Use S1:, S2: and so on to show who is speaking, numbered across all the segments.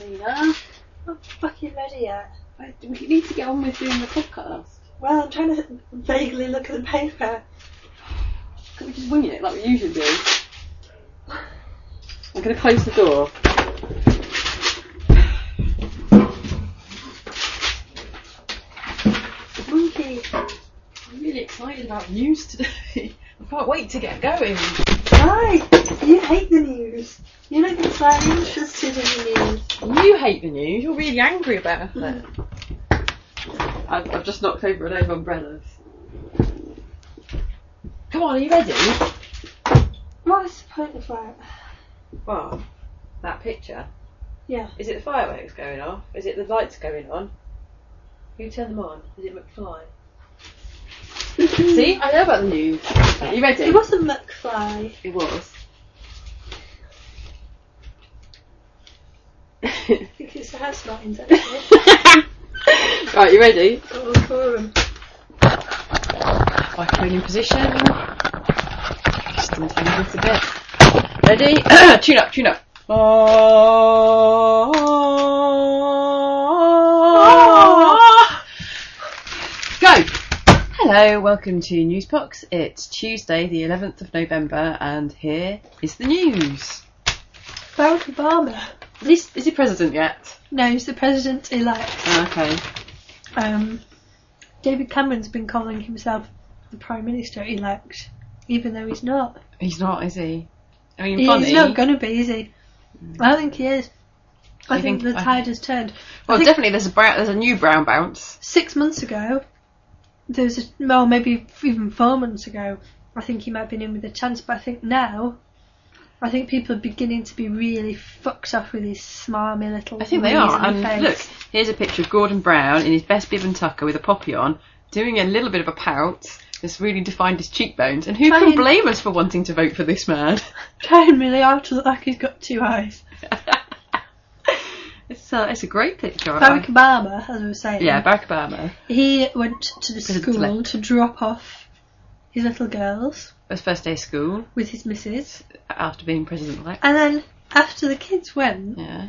S1: Lena.
S2: I'm fucking ready yet.
S1: I- We need to get on with doing the podcast.
S2: Well, I'm trying to vaguely look at the paper.
S1: Can we just wing it like we usually do? I'm going to close the door.
S2: Monkey.
S1: I'm really excited about news today. I can't wait to get going.
S2: Why? You hate the news. You don't get slightly interested in the news.
S1: You hate the news. You're really angry about it. Mm. I've, I've just knocked over an over umbrellas. Come on, are you ready?
S2: What's the point of that?
S1: Well, that picture.
S2: Yeah.
S1: Is it the fireworks going off? Is it the lights going on? Who turned them on? Is it McFly? See, I know about the news. Are you ready?
S2: It wasn't McFly.
S1: It was.
S2: Because the house martins at it.
S1: right, you ready?
S2: Oh, quorum.
S1: Microphone in position. Just untangle it a bit. Ready? tune up, tune up. Ah. Go! Hello, welcome to Newsbox. It's Tuesday, the 11th of November, and here is the news.
S2: Barack Obama.
S1: Is he, is he president yet?
S2: No, he's the president elect.
S1: Oh, okay.
S2: Um, David Cameron's been calling himself the prime minister elect, even though he's not.
S1: He's not, is he? I mean,
S2: He's
S1: funny.
S2: not gonna be, is he? I don't think he is. I
S1: You
S2: think,
S1: think-
S2: the
S1: I-
S2: tide has turned.
S1: well,
S2: I think-
S1: definitely there's a brown, there's a new brown bounce.
S2: Six months ago, there was a, well, maybe even four months ago, I think he might have been in with a chance, but I think now, I think people are beginning to be really fucked off with his smarmy little.
S1: I think they are.
S2: weaselly
S1: And look,
S2: face.
S1: here's a picture of Gordon Brown in his best bib and tucker with a poppy on, doing a little bit of a pout. That's really defined his cheekbones. And who
S2: I
S1: can
S2: mean-
S1: blame us for wanting to vote for this man?
S2: trying really hard to look like he's got two eyes.
S1: it's a, it's a great picture. I
S2: Barack
S1: like-
S2: Obama, as I was saying,
S1: Uh-huh. yeah, Barack Obama.
S2: he went to the
S1: President
S2: school
S1: elect.
S2: to drop off his little girls
S1: His first day of school
S2: with his missus,
S1: after being president elect.
S2: and then after the kids went,
S1: Yeah.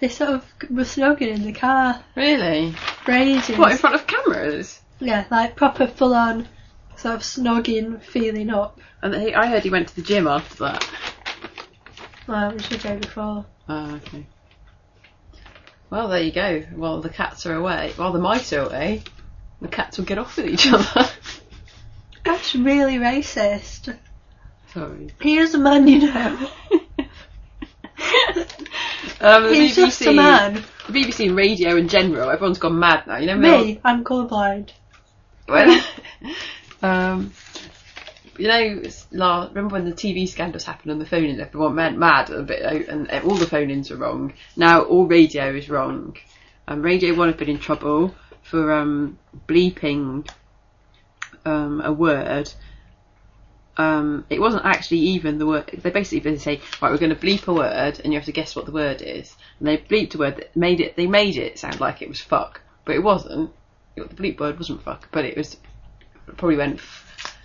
S2: they sort of were snogging in the car,
S1: Really?
S2: raising.
S1: What, in front of cameras?
S2: Yeah, like proper full on sort of snogging, feeling up,
S1: And he, I heard he went to the gym after that.
S2: like which we did before.
S1: Oh, okay. Well, there you go. While the cats are away, while the mice are away, the cats will get off with each other.
S2: That's really racist.
S1: Sorry.
S2: Here's a man you know.
S1: um, the
S2: He's
S1: BBC,
S2: just a man.
S1: the BBC radio in general, everyone's gone mad now. You know
S2: Me, I'm colourblind.
S1: Well, um, you know, it's la remember when the TV scandals happened and the phone-in, everyone went mad a bit, uh, and uh, all the phone-ins were wrong. Now all radio is wrong. Um, radio One have been in trouble for um, bleeping um, a word. Um, it wasn't actually even the word. They basically been saying, right, we're going to bleep a word, and you have to guess what the word is. And they bleeped a word that made it. They made it sound like it was fuck, but it wasn't. It- the bleep word wasn't fuck, but it was it probably went f-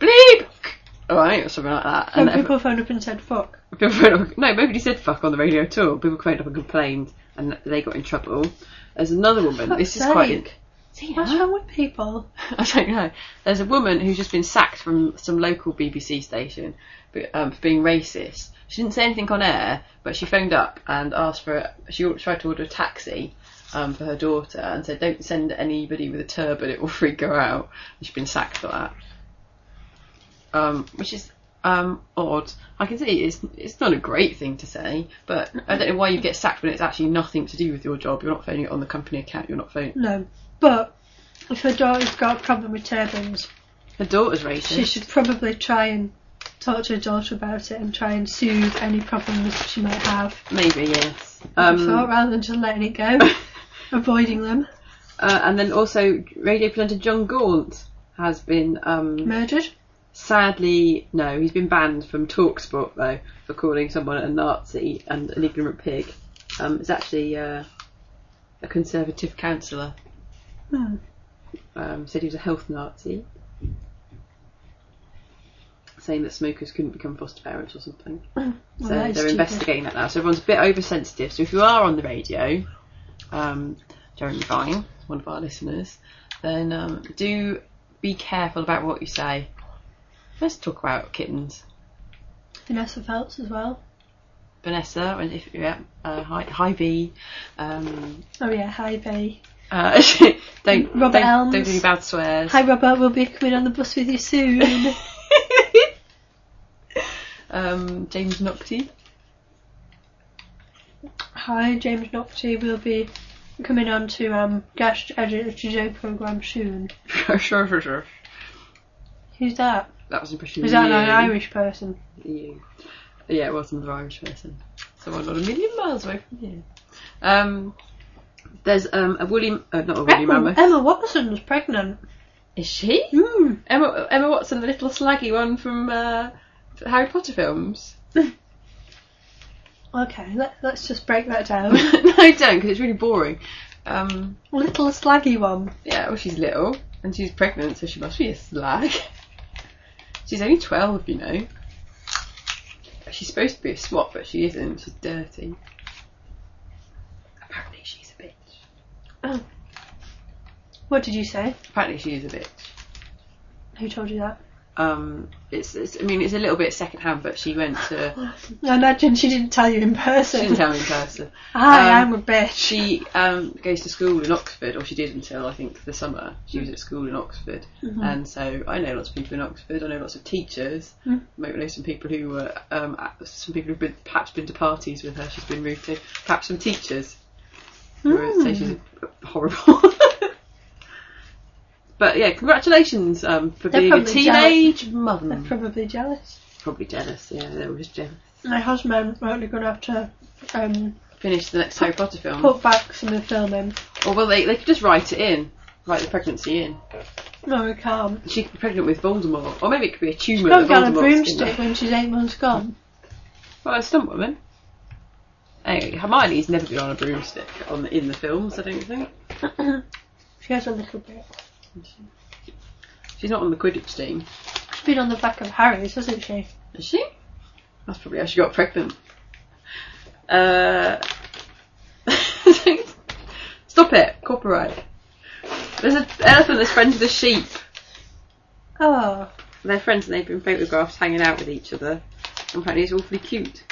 S1: bleep, alright, or something like that.
S2: So
S1: And
S2: people phoned up and said, fuck.
S1: People phoned up- no, nobody said fuck on the radio at all. People phoned up and complained, and they got in trouble. There's another woman.
S2: Fuck's
S1: this is quite.
S2: sake. What's wrong with people?
S1: I don't know. There's a woman who's just been sacked from some local BBC station but, um, for being racist. She didn't say anything on air, but she phoned up and asked for. A, she or- tried to order a taxi um, for her daughter and said, "Don't send anybody with a turban; it will freak her out." And she's been sacked for that, um, which is um, odd. I can see it's it's not a great thing to say, but I don't know why you get sacked when it's actually nothing to do with your job. You're not phoning it on the company account. You're not phoning.
S2: No. But if her daughter's got a problem with turbans,
S1: Her daughter's racist.
S2: she should probably try and talk to her daughter about it and try and soothe any problems she might have
S1: Maybe yes.
S2: before,
S1: Um,
S2: rather than just letting it go, avoiding them.
S1: uh, and then also radio presenter John Gaunt has been um,
S2: Murdered.
S1: sadly no, he's been banned from Talksport though for calling someone a Nazi and an ignorant pig. Um, it's actually uh, a Conservative councillor
S2: Hmm.
S1: um, said he was a health Nazi. So saying that smokers couldn't become foster parents or something. So
S2: that
S1: they're
S2: is stupid.
S1: investigating that now. So everyone's a bit oversensitive. So if you are on the radio, um, Jeremy Vine, one of our listeners, then um, do be careful about what you say. Let's talk about kittens.
S2: Vanessa Phelps as well.
S1: Vanessa, and if yeah, uh, hi, hi V. Um,
S2: Oh yeah, hi Bay.
S1: uh, don't
S2: Robert
S1: don't,
S2: Elms.
S1: don't do any bad swears.
S2: Hi Robert, we'll be coming on the bus with you soon.
S1: um, James Nocte.
S2: hi James Nocte, we'll be coming on to um Gash Education programme soon.
S1: sure, sure, sure.
S2: Who's that?
S1: That was impression.
S2: Is that
S1: you.
S2: an Irish person?
S1: you. Yeah, it was another Irish person. Someone not a million miles away from here. Um, there's um, a woolly, uh, not a woolly
S2: Emma,
S1: mammoth.
S2: Emma Watson's pregnant.
S1: Is she?
S2: Mm.
S1: Emma, Emma Watson, the little slaggy one from uh, the Harry Potter films.
S2: Okay, let, let's just break that down.
S1: no, I don't, because it's really boring. Um,
S2: Little slaggy one.
S1: yeah, well, she's little and she's pregnant, so she must be a slag. she's only 12, you know. She's supposed to be a swot, but she isn't. She's dirty. Apparently, she's a bitch.
S2: What did you say?
S1: Apparently, she is a bitch.
S2: Who told you that?
S1: Um, it's, it's, I mean, it's a little bit second hand, but she went to.
S2: I imagine she didn't tell you in person.
S1: she didn't tell me in person.
S2: Hi,
S1: Um,
S2: I'm a bitch.
S1: She um, goes to school in Oxford, or she did until I think the summer. She was at school in Oxford,
S2: Mm-hmm.
S1: and so I know lots of people in Oxford. I know lots of teachers.
S2: Mm.
S1: Maybe know some people who were um, at- some people who've been perhaps been to parties with her. She's been rude to perhaps some teachers. who were- So she's
S2: Mm.
S1: horrible. But yeah, congratulations um, for
S2: They're
S1: being a
S2: probably jealous.
S1: teenage mother.
S2: They're probably jealous.
S1: Probably jealous, yeah, they were just jealous.
S2: My husband won't be going to have to um,
S1: Finish the next Harry Potter film.
S2: put back some of the filming.
S1: Or well, they, they could just write it in, write the pregnancy in.
S2: No, we can't.
S1: She could be pregnant with Voldemort, or maybe it could be a tumour.
S2: Probably
S1: that
S2: got a
S1: Voldemort's in
S2: broomstick
S1: there.
S2: when she's eight months gone.
S1: Well, a stunt woman. Anyway, Hermione's never been on a broomstick on the, in the films, I don't think. Mm.
S2: She has a little bit.
S1: She's not on the Quidditch team,
S2: She's been on the back of Harry's, hasn't she?
S1: is she? That's probably how she got pregnant. Uh, stop it, copyright. There's an elephant that's friends with a sheep.
S2: Oh,
S1: They're friends and they've been photographed hanging out with each other. And apparently it's awfully cute.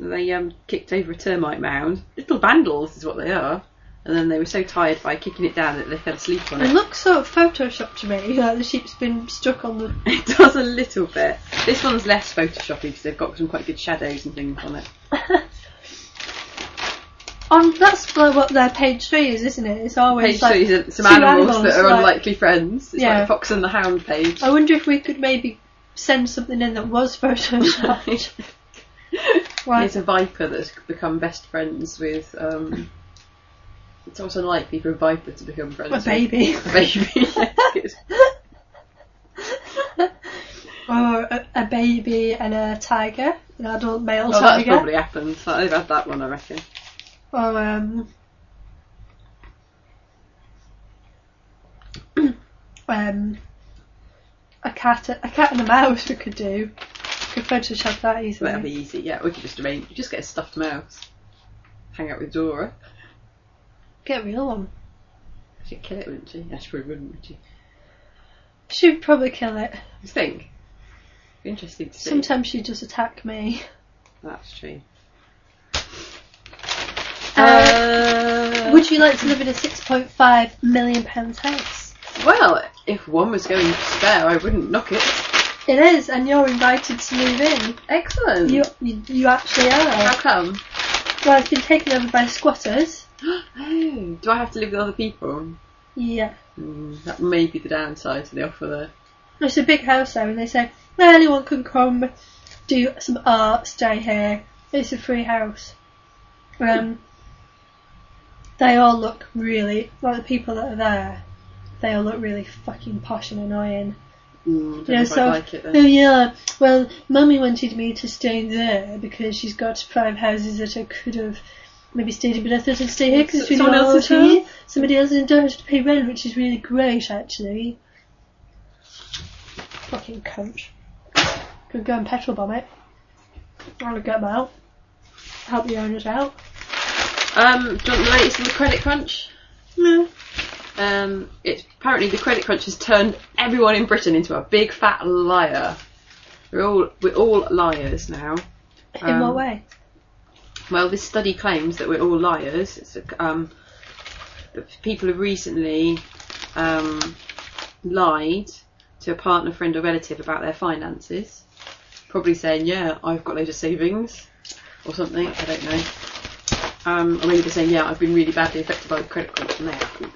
S1: And They um, kicked over a termite mound. Little vandals is what they are. And then they were so tired by kicking it down that they fell asleep on
S2: it
S1: it.
S2: looks sort of photoshopped to me. Like the sheep's been stuck on the.
S1: It does a little bit. This one's less photoshoppy because they've got some quite good shadows and things on it.
S2: On that's like what their page three is, isn't it? It's always
S1: Page
S2: like
S1: three is some
S2: two
S1: animals,
S2: animals,
S1: that are
S2: like-
S1: unlikely friends. It's like
S2: Yeah.
S1: the Fox and the Hound page.
S2: I wonder if we could maybe send something in that was photoshopped. right.
S1: It's a viper that's become best friends with. Um, it's also unlikely for a viper to become friends
S2: A
S1: with
S2: baby.
S1: a baby. It's-
S2: or a, a baby and a tiger, an adult male
S1: well, Oh, that's
S2: tiger.
S1: probably happened. So They've had that one, I reckon.
S2: Or um, um, a cat, a cat and a mouse. We could do. Could Photoshop that
S1: That'll be
S2: easily.
S1: easy. Yeah, we could just arrange. Just get a stuffed mouse. Hang out with Dora.
S2: Get a real one.
S1: She'd kill it, wouldn't she? Yeah, she probably wouldn't, would she?
S2: She'd probably kill it.
S1: You think? Be Interesting to see.
S2: Sometimes she'd just attack me.
S1: That's true.
S2: Uh,
S1: Uh,
S2: Would you like to live in a six point five million pounds house?
S1: Well, if one was going to spare, I wouldn't knock it.
S2: It is, and you're invited to move in.
S1: Excellent.
S2: You, you, you actually are.
S1: How come?
S2: Well, it's been taken over by squatters.
S1: Oh, do I have to live with other people?
S2: Yeah.
S1: Mm, that may be the downside to the offer there.
S2: It's a big house though, and they say anyone can come, do some art, stay here. It's a free house. Um, they all look really like the people that are there. They all look really fucking posh and annoying.
S1: Mm, don't know
S2: Yeah,
S1: if
S2: so
S1: I'd like it
S2: oh
S1: then.
S2: yeah, well, mummy wanted me to stay there because she's got five houses that I could have maybe stayed in, but I thought I'd stay here because it's really
S1: Someone else's
S2: naughty.
S1: house?
S2: Somebody else and don't have to pay rent, which is really great actually. Fucking cunt. Could go and petrol bomb it. I'll get them out. Help the owners out.
S1: Um, do you want the latest on the credit crunch?
S2: No.
S1: Um, it's apparently the credit crunch has turned everyone in Britain into a big fat liar. We're all we're all liars now.
S2: In
S1: Um,
S2: what way?
S1: Well, this study claims that we're all liars. It's a, um, that people have recently um, lied to a partner, friend, or relative about their finances. Probably saying, "Yeah, I've got loads of savings," or something. I don't know. Um, or maybe they're saying, "Yeah, I've been really badly affected by the credit crunch," and they haven't.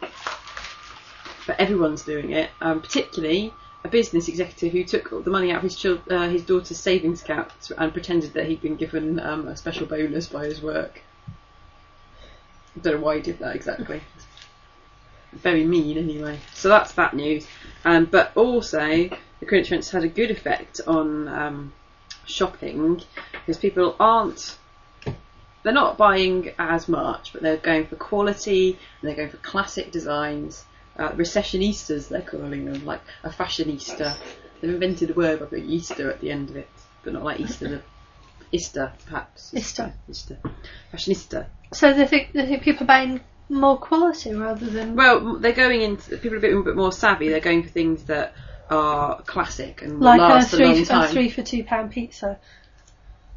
S1: But everyone's doing it. Um, particularly a business executive who took all the money out of his chil- uh, his daughter's savings account and pretended that he'd been given um, a special bonus by his work. I don't know why he did that exactly. Very mean, anyway. So that's that news. Um, but also, the credit insurance had a good effect on um, shopping because people aren't. They're not buying as much, but they're going for quality and they're going for classic designs. Uh, recessionistas, they're calling them, like a fashionista. They've invented a word, I think, Easter at the end of it, but not like Easter, the Easter, perhaps.
S2: Easter.
S1: Easter. Fashionista.
S2: So they think they think people are buying more quality rather than
S1: Well, m- they're going into people are a bit, bit more savvy. They're going for things that are classic and will
S2: like
S1: last
S2: a
S1: a
S2: three
S1: long
S2: a
S1: time.
S2: three for two pound pizza,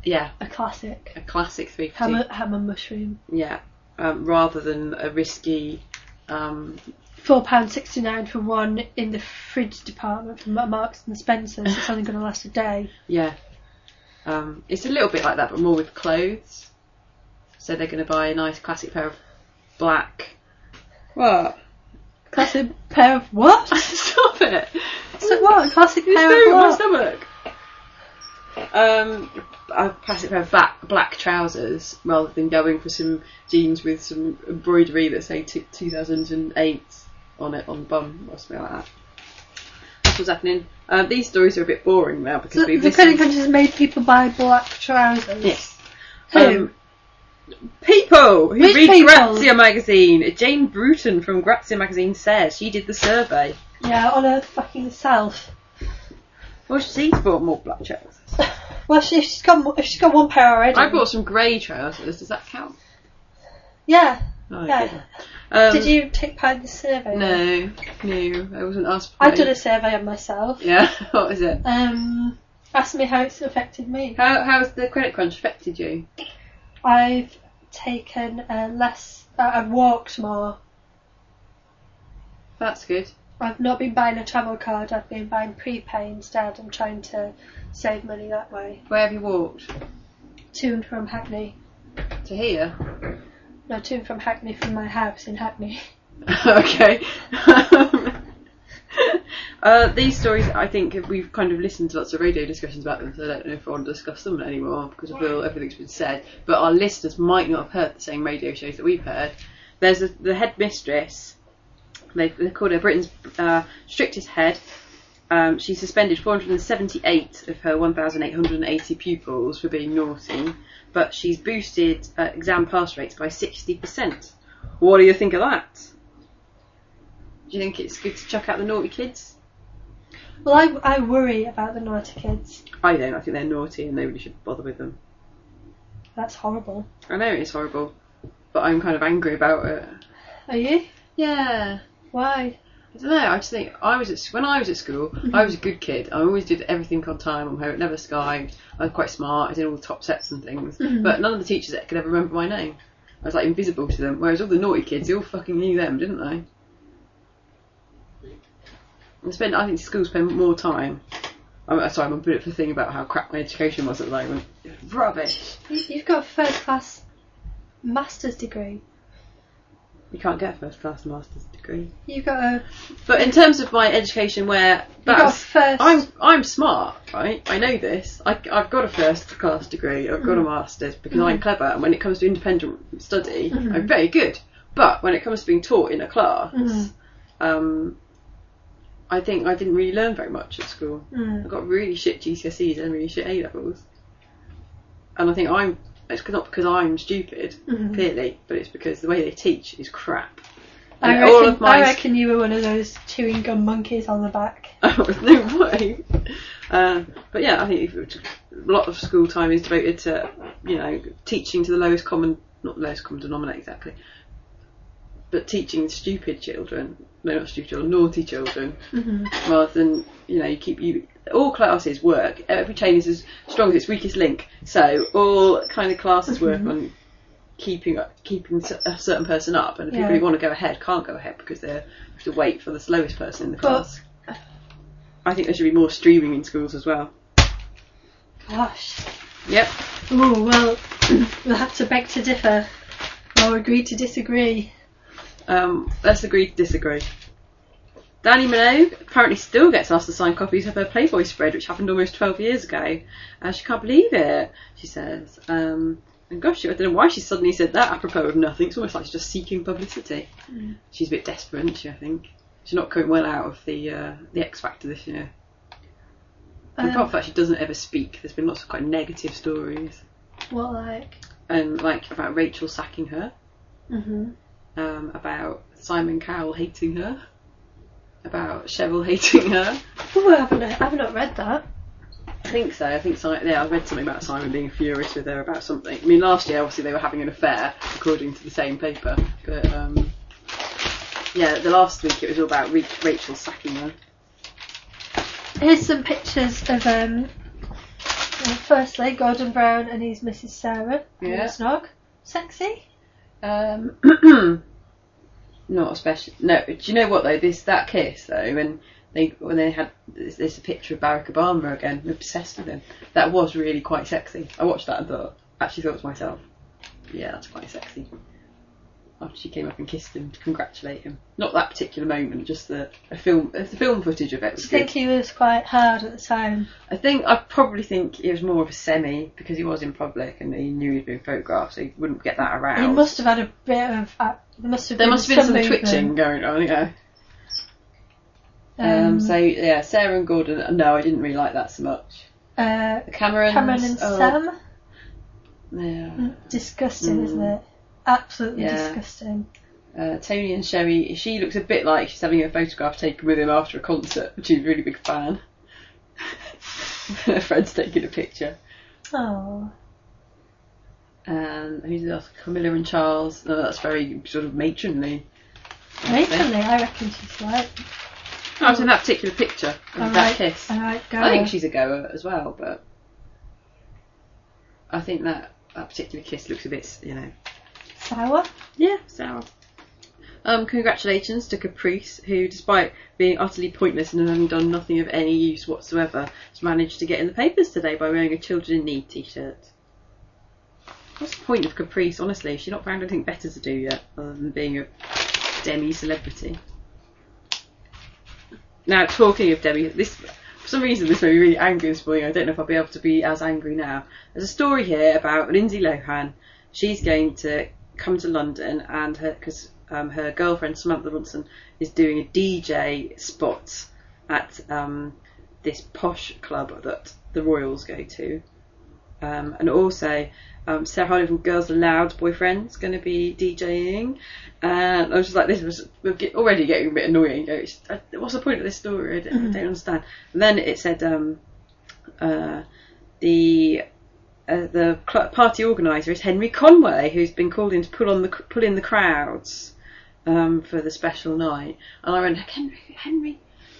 S1: Yeah,
S2: a classic.
S1: a classic three. for
S2: Ham
S1: two.
S2: and, ham and mushroom,
S1: Yeah, um, rather than a risky. Um,
S2: four pound sixty nine for one in the fridge department from Marks and Spencers. It's only going to last a day.
S1: yeah, um, it's a little bit like that, but more with clothes. So they're going to buy a nice classic pair of black. What?
S2: Classic pair of what?
S1: Stop it!
S2: So what? Classic
S1: It's
S2: pair
S1: so
S2: of
S1: in my
S2: what?
S1: stomach. Um, a classic pair of black, black trousers rather than going for some jeans with some embroidery that say t- 2008 on it on the bum or something like that. That's what's happening. Um, these stories are a bit boring now because
S2: So
S1: we've
S2: the credit
S1: listened.
S2: crunch has made people buy black trousers.
S1: Yes.
S2: Who?
S1: Um, people who
S2: Which
S1: read
S2: people?
S1: Grazia magazine. Jane Bruton from Grazia magazine says she did the survey.
S2: Yeah, on her fucking self.
S1: Well, she's bought more black trousers.
S2: Well, she, if she's got mo- if she's got one pair already.
S1: I bought some grey trousers. Does that count?
S2: Yeah.
S1: No,
S2: Yeah.
S1: okay. Oh, Um,
S2: Did you take part in the survey?
S1: No, no, I wasn't asked. For
S2: I
S1: it.
S2: did a survey on myself.
S1: Yeah, what was it?
S2: Um, asked me how it's affected me.
S1: How how's the credit crunch affected you?
S2: I've taken uh, less. Uh, I've walked more.
S1: That's good.
S2: I've not been buying a travel card. I've been buying prepay instead. I'm trying to save money that way.
S1: Where have you walked
S2: To and from Hackney.
S1: to here?
S2: No, to and from Hackney from my house in Hackney.
S1: okay. uh, these stories, I think, we've kind of listened to lots of radio discussions about them, so I don't know if I want to discuss them anymore because I feel everything's been said. But our listeners might not have heard the same radio shows that we've heard. There's a, the headmistress. They, they called her Britain's uh, strictest head. Um, she suspended 478 of her 1,880 pupils for being naughty, but she's boosted uh, exam pass rates by 60%. What do you think of that? Do you think it's good to chuck out the naughty kids?
S2: Well, I, I worry about the naughty kids.
S1: I don't. I think they're naughty and nobody should bother with them.
S2: That's horrible.
S1: I know it's horrible, but I'm kind of angry about it.
S2: Are you?
S1: Yeah.
S2: Why?
S1: I don't know. I just think I was at s- when I was at school. I was a good kid. I always did everything on time. on homework, never skived. I was quite smart. I did all the top sets and things.
S2: Mm-hmm.
S1: But none of the teachers could ever remember my name. I was like invisible to them. Whereas all the naughty kids, they all fucking knew them, didn't they? I spent. I think schools spend more time. I'm uh, sorry, I'm a bit of a thing about how crap my education was at the moment. It was Rubbish.
S2: You- You've got a first class master's degree.
S1: You can't get a first class master's degree.
S2: You've got a
S1: But in terms of my education, where
S2: you've got a
S1: that's
S2: 1st
S1: I'm I'm smart, right? I know this. I, I've got a first class degree. I've got
S2: Mm-hmm.
S1: a master's because I'm clever. And when it comes to independent study,
S2: Mm-hmm.
S1: I'm very good. But when it comes to being taught in a class,
S2: Mhm.
S1: um, I think I didn't really learn very much at school.
S2: Hmm.
S1: I got really shit GCSEs and really shit A levels. And I think I'm it's not because I'm stupid,
S2: Mhm.
S1: clearly, but it's because the way they teach is crap.
S2: I
S1: And all
S2: reckon,
S1: of my
S2: I reckon you were one of those chewing gum monkeys on the back.
S1: Oh, no way. Uh, but yeah, I think if- a lot of school time is devoted to, you know, teaching to the lowest common, not lowest common denominator exactly, but teaching stupid children, no, not stupid children, naughty children,
S2: Mm-hmm.
S1: rather than, you know, you keep you. All classes work. Every chain is as strong as its weakest link. So all kind of classes work
S2: Mm-hmm.
S1: on keeping keeping a certain person up, and the people
S2: Yeah.
S1: who want to go ahead can't go ahead because they have to wait for the slowest person in the
S2: But-
S1: class. I think there should be more streaming in schools as well.
S2: Gosh.
S1: Yep.
S2: Oh well, we'll have to beg to differ or agree to disagree.
S1: Um, let's agree to disagree. Danny Minogue apparently still gets asked to sign copies of her Playboy spread, which happened almost 12 years ago, and she can't believe it, she says. Um, and gosh, I don't know why she suddenly said that apropos of nothing. It's almost like she's just seeking publicity. She's a bit desperate, isn't she, I think. She's not coming well out of the uh, the X Factor this year. And apart
S2: Um,
S1: from that, she doesn't ever speak. There's been lots of quite negative stories,
S2: what like?
S1: and like about Rachel sacking her.
S2: Mm-hmm.
S1: um, about Simon Cowell hating her, about Cheryl hating her.
S2: Oh, I haven't, I have not read that.
S1: I think so. I think si yeah, I read something about Simon being furious with her about something. I mean, last year obviously they were having an affair, according to the same paper. But um, yeah, the last week it was all about Re- Rachel sacking her.
S2: Here's some pictures of um, well, firstly Gordon Brown and his Mrs. Sarah.
S1: Yeah.
S2: Snog. Sexy.
S1: Um, not especially. No, do you know what though? This that kiss though, when they when they had there's, there's a picture of Barack Obama again, I'm obsessed with him. That was really quite sexy. I watched that and thought, actually thought to myself, yeah, that's quite sexy. After she came up and kissed him to congratulate him, not that particular moment, just the a film, the film footage of it.
S2: Do
S1: Was
S2: you
S1: good.
S2: think he was quite hard at the time?
S1: I think I probably think it was more of a semi because he was in public and he knew he'd been photographed, so he wouldn't get that around.
S2: He must have had a bit of. Uh, there must have
S1: there
S2: been
S1: must have been some
S2: movement.
S1: twitching going on, yeah.
S2: Um,
S1: Um, so yeah, Sarah and Gordon. No, I didn't really like that so much.
S2: uh,
S1: Cameron.
S2: Cameron and
S1: oh,
S2: Sam.
S1: Yeah.
S2: Mm, Disgusting,
S1: Mm.
S2: isn't it? Absolutely
S1: Yeah.
S2: disgusting.
S1: Uh, Tony and Sherry. She looks a bit like she's having a photograph taken with him after a concert, which is a really big fan. Her friend's taking a picture.
S2: Oh,
S1: And Um, who's else? Camilla and Charles. No, that's very sort of matronly.
S2: matronly, I reckon she's like
S1: No, I was in Oh, that particular picture of
S2: all
S1: that
S2: right,
S1: kiss.
S2: all right, go.
S1: I think she's a goer as well, but I think that that particular kiss looks a bit, you know,
S2: sour.
S1: Yeah, sour. Um, congratulations to Caprice, who, despite being utterly pointless and having done nothing of any use whatsoever, has managed to get in the papers today by wearing a Children in Need t-shirt. What's the point of Caprice, honestly? She's not found anything better to do yet, other than being a demi-celebrity. Now, talking of demi, this for some reason this made me really angry this morning. I don't know if I'll be able to be as angry now. There's a story here about Lindsay Lohan. She's going to come to London, and her because um, her girlfriend Samantha Ronson is doing a DJ spot at um, this posh club that the Royals go to, um, and also um, Sarah Harlow from Girls Aloud boyfriend's going to be DJing, and I was just like, this was we're get- already getting a bit annoying. You know, it's- uh, What's the point of this story? I don't, I don't understand. And then it said um, uh, the uh, the cl- party organizer is Henry Conway, who's been called in to pull on the c- pull in the crowds um, for the special night. And I went, Henry, Henry,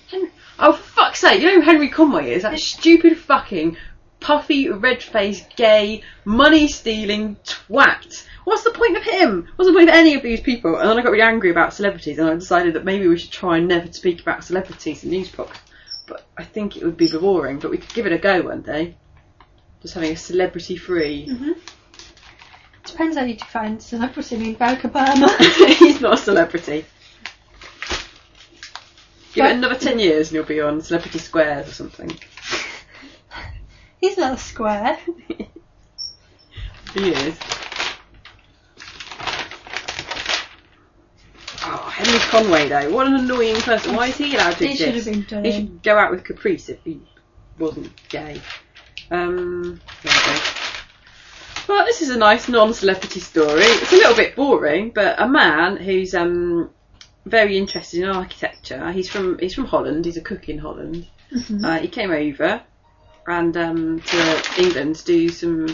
S1: Henry. Oh, for fuck's sake! You know who Henry Conway is? That stupid fucking puffy, red-faced, gay, money-stealing twat. What's the point of him? What's the point of any of these people? And then I got really angry about celebrities, and I decided that maybe we should try and never speak about celebrities in news podcasts. But I think it would be boring. But we could give it a go one day. Just having a celebrity-free
S2: Depends how you define celebrity. I mean, Barack Obama.
S1: He's not a celebrity. Give
S2: But-
S1: it another ten years and you'll be on Celebrity Squares or something.
S2: He's not a square.
S1: He is. Oh, Henry Conway though, what an annoying person. Why is he allowed to
S2: He
S1: exist?
S2: should have been
S1: He
S2: done.
S1: should go out with Caprice if he wasn't gay. Um, there we go. Well, this is a nice non-celebrity story. It's a little bit boring, but a man who's um very interested in architecture. He's from he's from Holland. He's a cook in Holland.
S2: Mm-hmm.
S1: Uh, he came over and um, to England to do some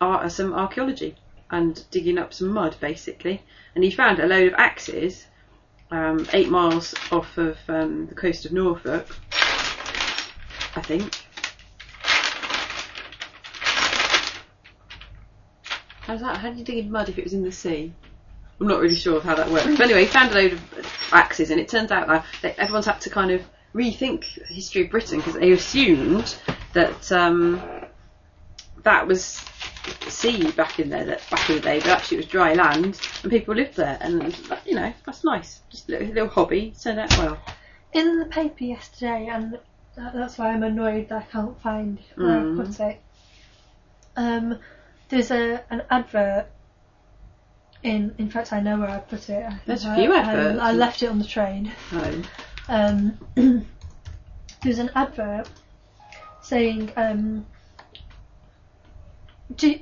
S1: ar- uh, some archaeology and digging up some mud basically. And he found a load of axes um, eight miles off of um, the coast of Norfolk, I think. How's that? How do you dig in mud if it was in the sea? I'm not really sure of how that works. But anyway, he found a load of axes, and it turns out now that everyone's had to kind of rethink the history of Britain because they assumed that um, that was sea back in there, that back in the day, but actually it was dry land, and people lived there, and you know that's nice. Just a little, little hobby turned out well.
S2: in the paper yesterday, and that, that's why I'm annoyed that I can't find where
S1: Mm.
S2: I put it. Um, there's a an advert. In in fact, I know where I put it. I
S1: There's a
S2: think
S1: few
S2: I-
S1: adverts.
S2: I, I left it on the train.
S1: So,
S2: Um, there's an advert saying um, do,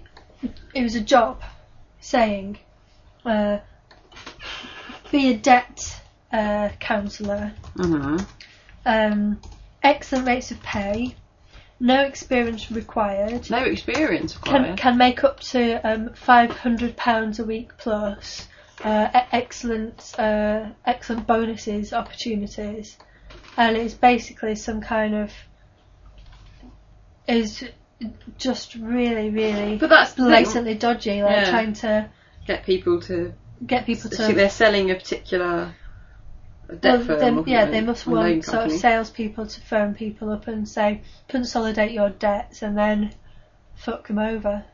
S2: it was a job saying uh, be a debt uh, counsellor Mm-hmm.
S1: mhm.
S2: um, excellent rates of pay, no experience required,
S1: no experience
S2: can,
S1: required.
S2: can make up to um, £500 a week plus, uh, e- excellent, uh, excellent bonuses, opportunities. And it's basically some kind of. is just really, really
S1: but that's the thing,
S2: blatantly dodgy, like
S1: Yeah.
S2: trying to
S1: get people to
S2: get people to.
S1: see they're selling a particular
S2: Well,
S1: debt
S2: they-
S1: firm. or
S2: yeah,
S1: something,
S2: they must
S1: or loan
S2: want sort of
S1: company.
S2: salespeople to phone people up and say, consolidate your debts and then fuck them over.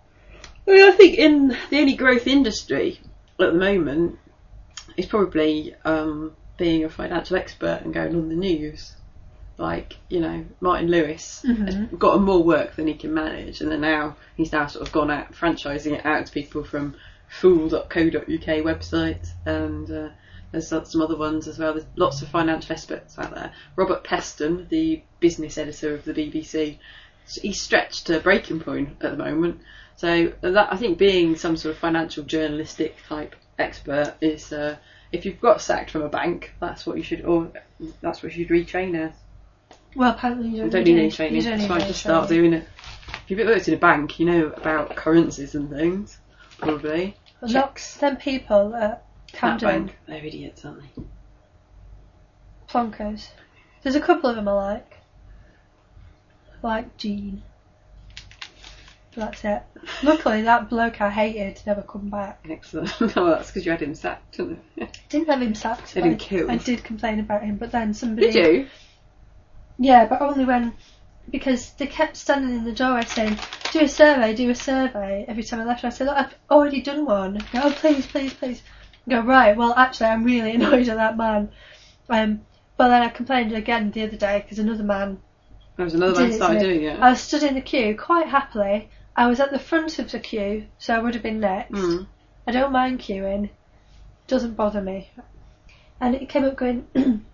S1: I mean, I think in the only growth industry at the moment is probably um, being a financial expert and going on the news. Like you know, Martin Lewis has got more work than he can manage, and then now he's now sort of gone out franchising it out to people from fool.co.uk website and. Uh, there's lots- some other ones as well. There's lots of financial experts out there. Robert Peston, the business editor of the BBC, he's stretched to breaking point at the moment. So that I think being some sort of financial journalistic type expert is, uh, if you've got sacked from a bank, that's what you should, or that's what you should retrain as.
S2: Well, apparently you don't,
S1: You don't
S2: you
S1: need any
S2: don't-
S1: training,
S2: you don't
S1: so
S2: need
S1: I
S2: any
S1: just start
S2: training.
S1: doing it. If you've worked in a bank, you know about currencies and things, probably.
S2: Well, not them people at
S1: That
S2: Camden
S1: bank, they're idiots, aren't they?
S2: Plonkers. There's a couple of them I like. Like Jean. That's it. Luckily, that bloke I hated never come back.
S1: Excellent. well, that's because you had him sacked, didn't it?
S2: Didn't have him sacked.
S1: Had
S2: but
S1: him
S2: I-
S1: killed.
S2: I did complain about him, but then somebody.
S1: Did you?
S2: Yeah, but only when because they kept standing in the doorway saying, "Do a survey, do a survey." Every time I left, I said, "Look, "I've already done one." They Go, oh, please, please, please. I go right. Well, actually, I'm really annoyed at that man. Um, but then I complained again the other day because another man.
S1: There was another man
S2: did it Uh, to
S1: started
S2: me.
S1: doing it.
S2: I was stood in the queue quite happily. I was at the front of the queue, so I would have been next.
S1: Mm.
S2: I don't mind queuing. Doesn't bother me. And it came up going,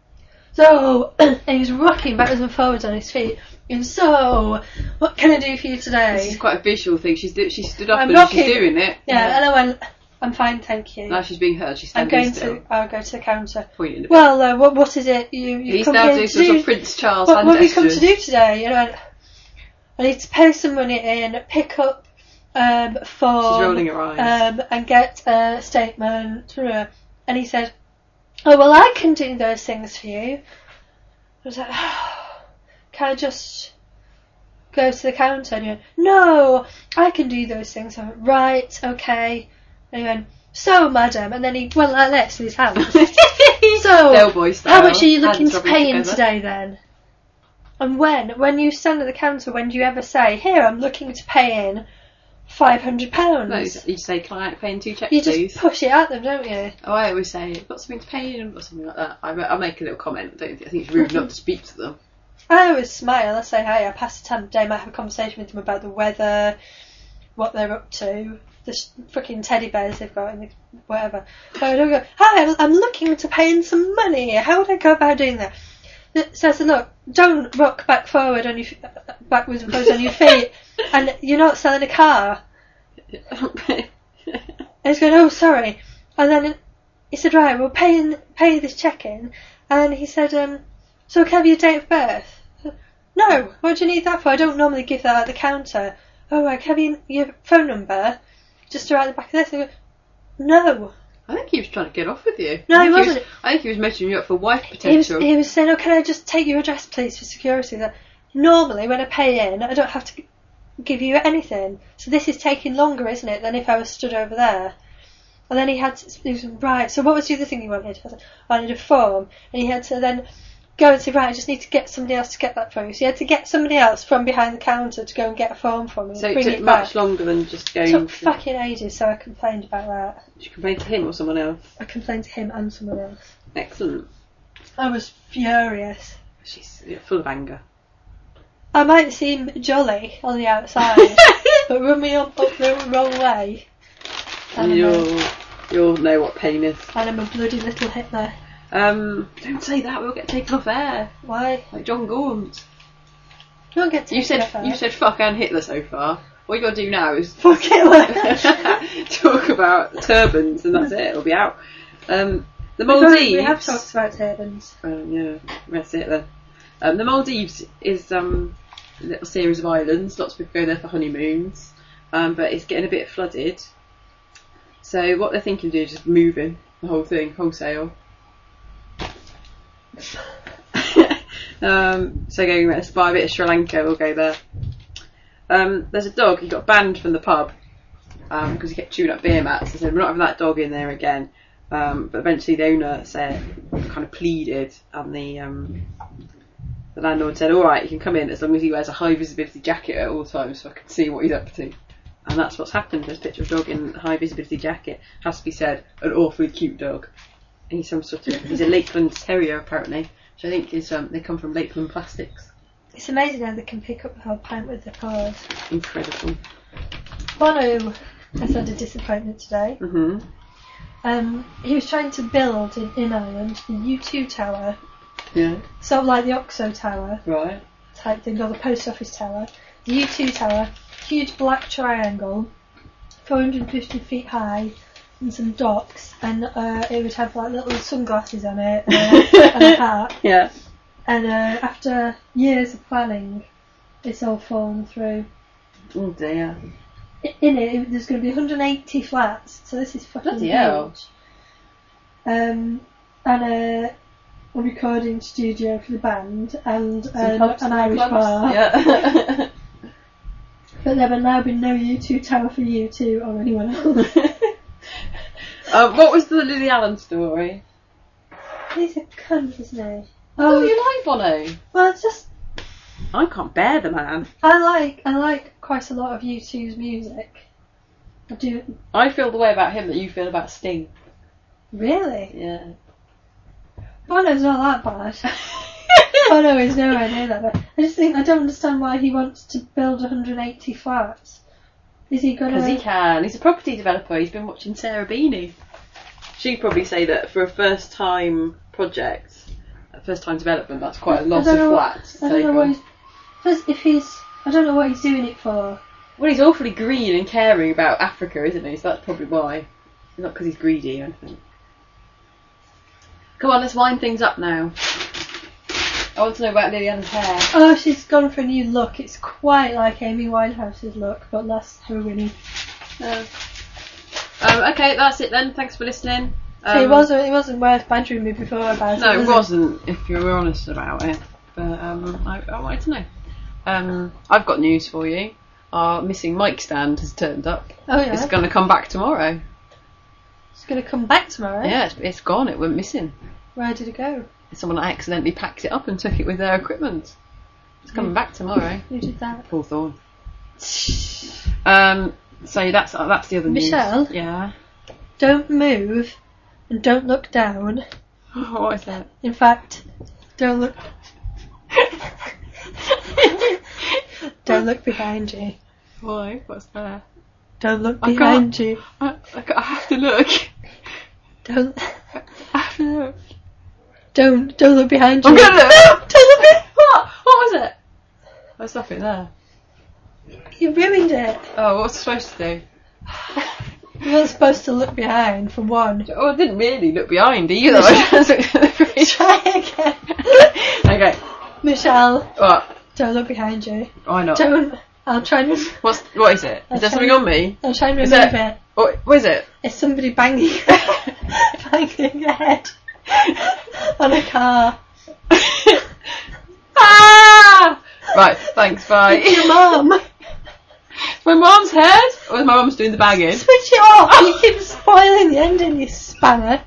S2: so, and he was rocking backwards and forwards on his feet. And so, what can I do for you
S1: This is
S2: today?
S1: quite a visual thing. She's do- she stood up
S2: I'm
S1: and
S2: knocking.
S1: she's doing it.
S2: Yeah, and I went, I'm fine, thank you.
S1: Now she's being hurt. She's
S2: I'm
S1: standing
S2: going
S1: still.
S2: to, I'll go to the counter.
S1: Pointing. at the-
S2: Well, uh, what, what is it you, you
S1: He's
S2: come
S1: now
S2: here
S1: doing
S2: to
S1: some sort
S2: do?
S1: of Prince Charles
S2: What,
S1: hand
S2: what have you come to
S1: gestures.
S2: do today? And I went, I need to pay some money in, pick up um,
S1: She's
S2: for
S1: rolling her eyes.
S2: um, and get a statement. through. And he said, Oh, well, I can do those things for you. I was like, Can I just go to the counter? And he went, No, I can do those things. I went, Right, okay. And he went, So, madam. And then he went like this with his hands. Um, so,
S1: Bellboy
S2: how
S1: style.
S2: much are you looking
S1: hands
S2: to
S1: rubbing
S2: pay in
S1: together.
S2: today then? And when? When you stand at the counter, when do you ever say, Here, I'm looking to pay in £500?
S1: No, you just say, "Can I pay in two checks,
S2: You just
S1: please?"
S2: push it at them, don't you?
S1: Oh, I always say, "I've got something to pay in," or something like that. I, ma- I make a little comment. I don't. think- I think it's rude not to speak to them.
S2: I always smile. I say hi. I pass the time of day. I might have a conversation with them about the weather, what they're up to, the sh- fucking teddy bears they've got, and the, whatever. But I don't go. Hi, I'm- I'm looking to pay in some money. How would I go about doing that? Th- So I said, look, don't rock back forward on your f- backwards and forwards on your feet, and you're not selling a car. And he's going, oh, sorry. And then he said, right, we'll pay in, pay this check in, and he said, um, so can I have your date of birth? No, what do you need that for? I don't normally give that at the counter. Oh, right, can I have your, your phone number? Just around the back of this. I go, no.
S1: I think he was trying to get off with you.
S2: No,
S1: I
S2: he
S1: think was-
S2: wasn't.
S1: I think he was messing you up for wife
S2: He was,
S1: potential.
S2: he was saying, oh, can I just take your address, please, for security? That normally when I pay in, I don't have to g- give you anything. So this is taking longer, isn't it, than if I was stood over there? And then he had, to, he was, right, so what was the other thing you wanted? I, was like, "Oh, I need a form. And he had to then go and say, right, I just need to get somebody else to get that for you. So he had to get somebody else from behind the counter to go and get a form for me.
S1: so
S2: and
S1: it
S2: bring
S1: took
S2: it back.
S1: much longer than just going.
S2: It took
S1: to-
S2: fucking ages, so I complained about that.
S1: Did you complain to him or someone else?
S2: I complained to him and someone else.
S1: Excellent.
S2: I was furious.
S1: She's yeah, full of anger.
S2: I might seem jolly on the outside, but run me up, up the wrong way, and I'm, a,
S1: You'll you'll know what pain is.
S2: and I'm a bloody little Hitler.
S1: Um, don't say that. We'll get taken off air
S2: Why?
S1: like John Gorms.
S2: You don't get to
S1: You
S2: take
S1: said
S2: it off
S1: you
S2: her.
S1: said fuck and Hitler so far. What you gotta do now is
S2: fuck Hitler.
S1: talk about turbans and that's it. It'll be out. Um, the
S2: We've
S1: Maldives.
S2: already- we have talked about turbans.
S1: Um, yeah, that's it then. Um, the Maldives is um, a little series of islands. Lots of people go there for honeymoons, um, but it's getting a bit flooded. So what they're thinking of doing is just moving the whole thing wholesale. um, so going there to buy a bit of Sri Lanka, we'll go there. Um, there's a dog. He got banned from the pub because he kept chewing up beer mats. They said we're not having that dog in there again. Um, but eventually the owner said, kind of pleaded, and the um, the landlord said, "All right, you can come in as long as he wears a high visibility jacket at all times, so I can see what he's up to." And that's what's happened. There's a picture of a dog in a high visibility jacket. Has to be said, an awfully cute dog. And he's some sort of he's a Lakeland Terrier apparently, which I think is um, they come from Lakeland Plastics.
S2: It's amazing how they can pick up the whole pint with their paws.
S1: Incredible.
S2: Bono has had a disappointment today.
S1: hmm
S2: Um, he was trying to build in, in Ireland the U2 tower,
S1: Yeah.
S2: sort of like the Oxo tower.
S1: Right.
S2: type thing or the post office tower, the U2 tower, huge black triangle, 450 feet high, and some docks, and uh, it would have like little sunglasses on it and a, and a hat.
S1: Yeah.
S2: And uh, after years of planning, it's all fallen through.
S1: Oh dear.
S2: I- In it, there's going to be 180 flats, so this is fucking
S1: Bloody
S2: huge.
S1: hell.
S2: Um, and uh, a recording studio for the band and
S1: Some
S2: um,
S1: pubs,
S2: an Irish
S1: clubs.
S2: bar.
S1: Yeah.
S2: But there will now be no U2 tower for you two or anyone else.
S1: um, Uh, what was the Lily Allen story?
S2: He's a cunt, isn't he?
S1: Oh,
S2: Oh,
S1: you like Bono?
S2: well, it's just
S1: I can't bear the man.
S2: I like I like quite a lot of U2's music. I do
S1: I feel the way about him that you feel about Sting.
S2: really.
S1: Yeah.
S2: Bono's not that bad. Bono is nowhere near that bad. I just think I don't understand why he wants to build 180 flats. Is he
S1: Because
S2: gonna?
S1: he can. He's a property developer. He's been watching Sarah Beanie. She'd probably say that for a first time project, a first time development, that's quite a lot
S2: I don't
S1: of
S2: know.
S1: flats. to
S2: I don't
S1: take
S2: know
S1: on.
S2: what he's. First, if he's, I don't know what he's doing it for.
S1: Well, he's awfully green and caring about Africa, isn't he? So that's probably why. Not because he's greedy or anything. Come on, let's wind things up now. I want to know about Lillian's hair.
S2: Oh, she's gone for a new look. It's quite like Amy Winehouse's look, but less heroiny.
S1: Uh, um, okay, that's it then. Thanks for listening. Um,
S2: So it wasn't. It wasn't worth badgering me before about
S1: No,
S2: it.
S1: it
S2: was
S1: wasn't. If you were honest about it, but um, I, I wanted to know. Um, I've got news for you. Our missing mic stand has turned up.
S2: Oh yeah.
S1: It's going to come back tomorrow.
S2: It's going to come back tomorrow.
S1: Yeah, it's, it's gone. It went missing.
S2: Where did it go?
S1: Someone accidentally packed it up and took it with their equipment. It's coming back tomorrow.
S2: Who did that?
S1: Paul Thorne. Um, so that's that's the other news.
S2: Michelle?
S1: Yeah.
S2: Don't move, and don't look down.
S1: what is that?
S2: In fact, don't look. don't look behind you.
S1: Why? What's there?
S2: Don't look
S1: I can't.
S2: behind you.
S1: I, I, I have to look.
S2: Don't.
S1: I have to look.
S2: Don't. Don't look behind you.
S1: I'm gonna look. Tell me what? What was it? There's nothing there.
S2: You ruined it.
S1: Oh, what's supposed to do?
S2: You weren't supposed to look behind, for one.
S1: Oh, I didn't really look behind either. okay.
S2: Try again. Michelle,
S1: What?
S2: don't look behind you.
S1: Why not?
S2: Don't. I'll try and.
S1: What's what is it? Is there something on me?
S2: I'll try and
S1: Is
S2: remove
S1: that-
S2: it.
S1: What, what Oh, is it?
S2: It's somebody banging, banging their head on a car.
S1: ah! Right. Thanks. Bye.
S2: Your mum.
S1: my mom's head. Or my mom's doing the banging.
S2: Switch it off. You keep spoiling the ending, you spanner.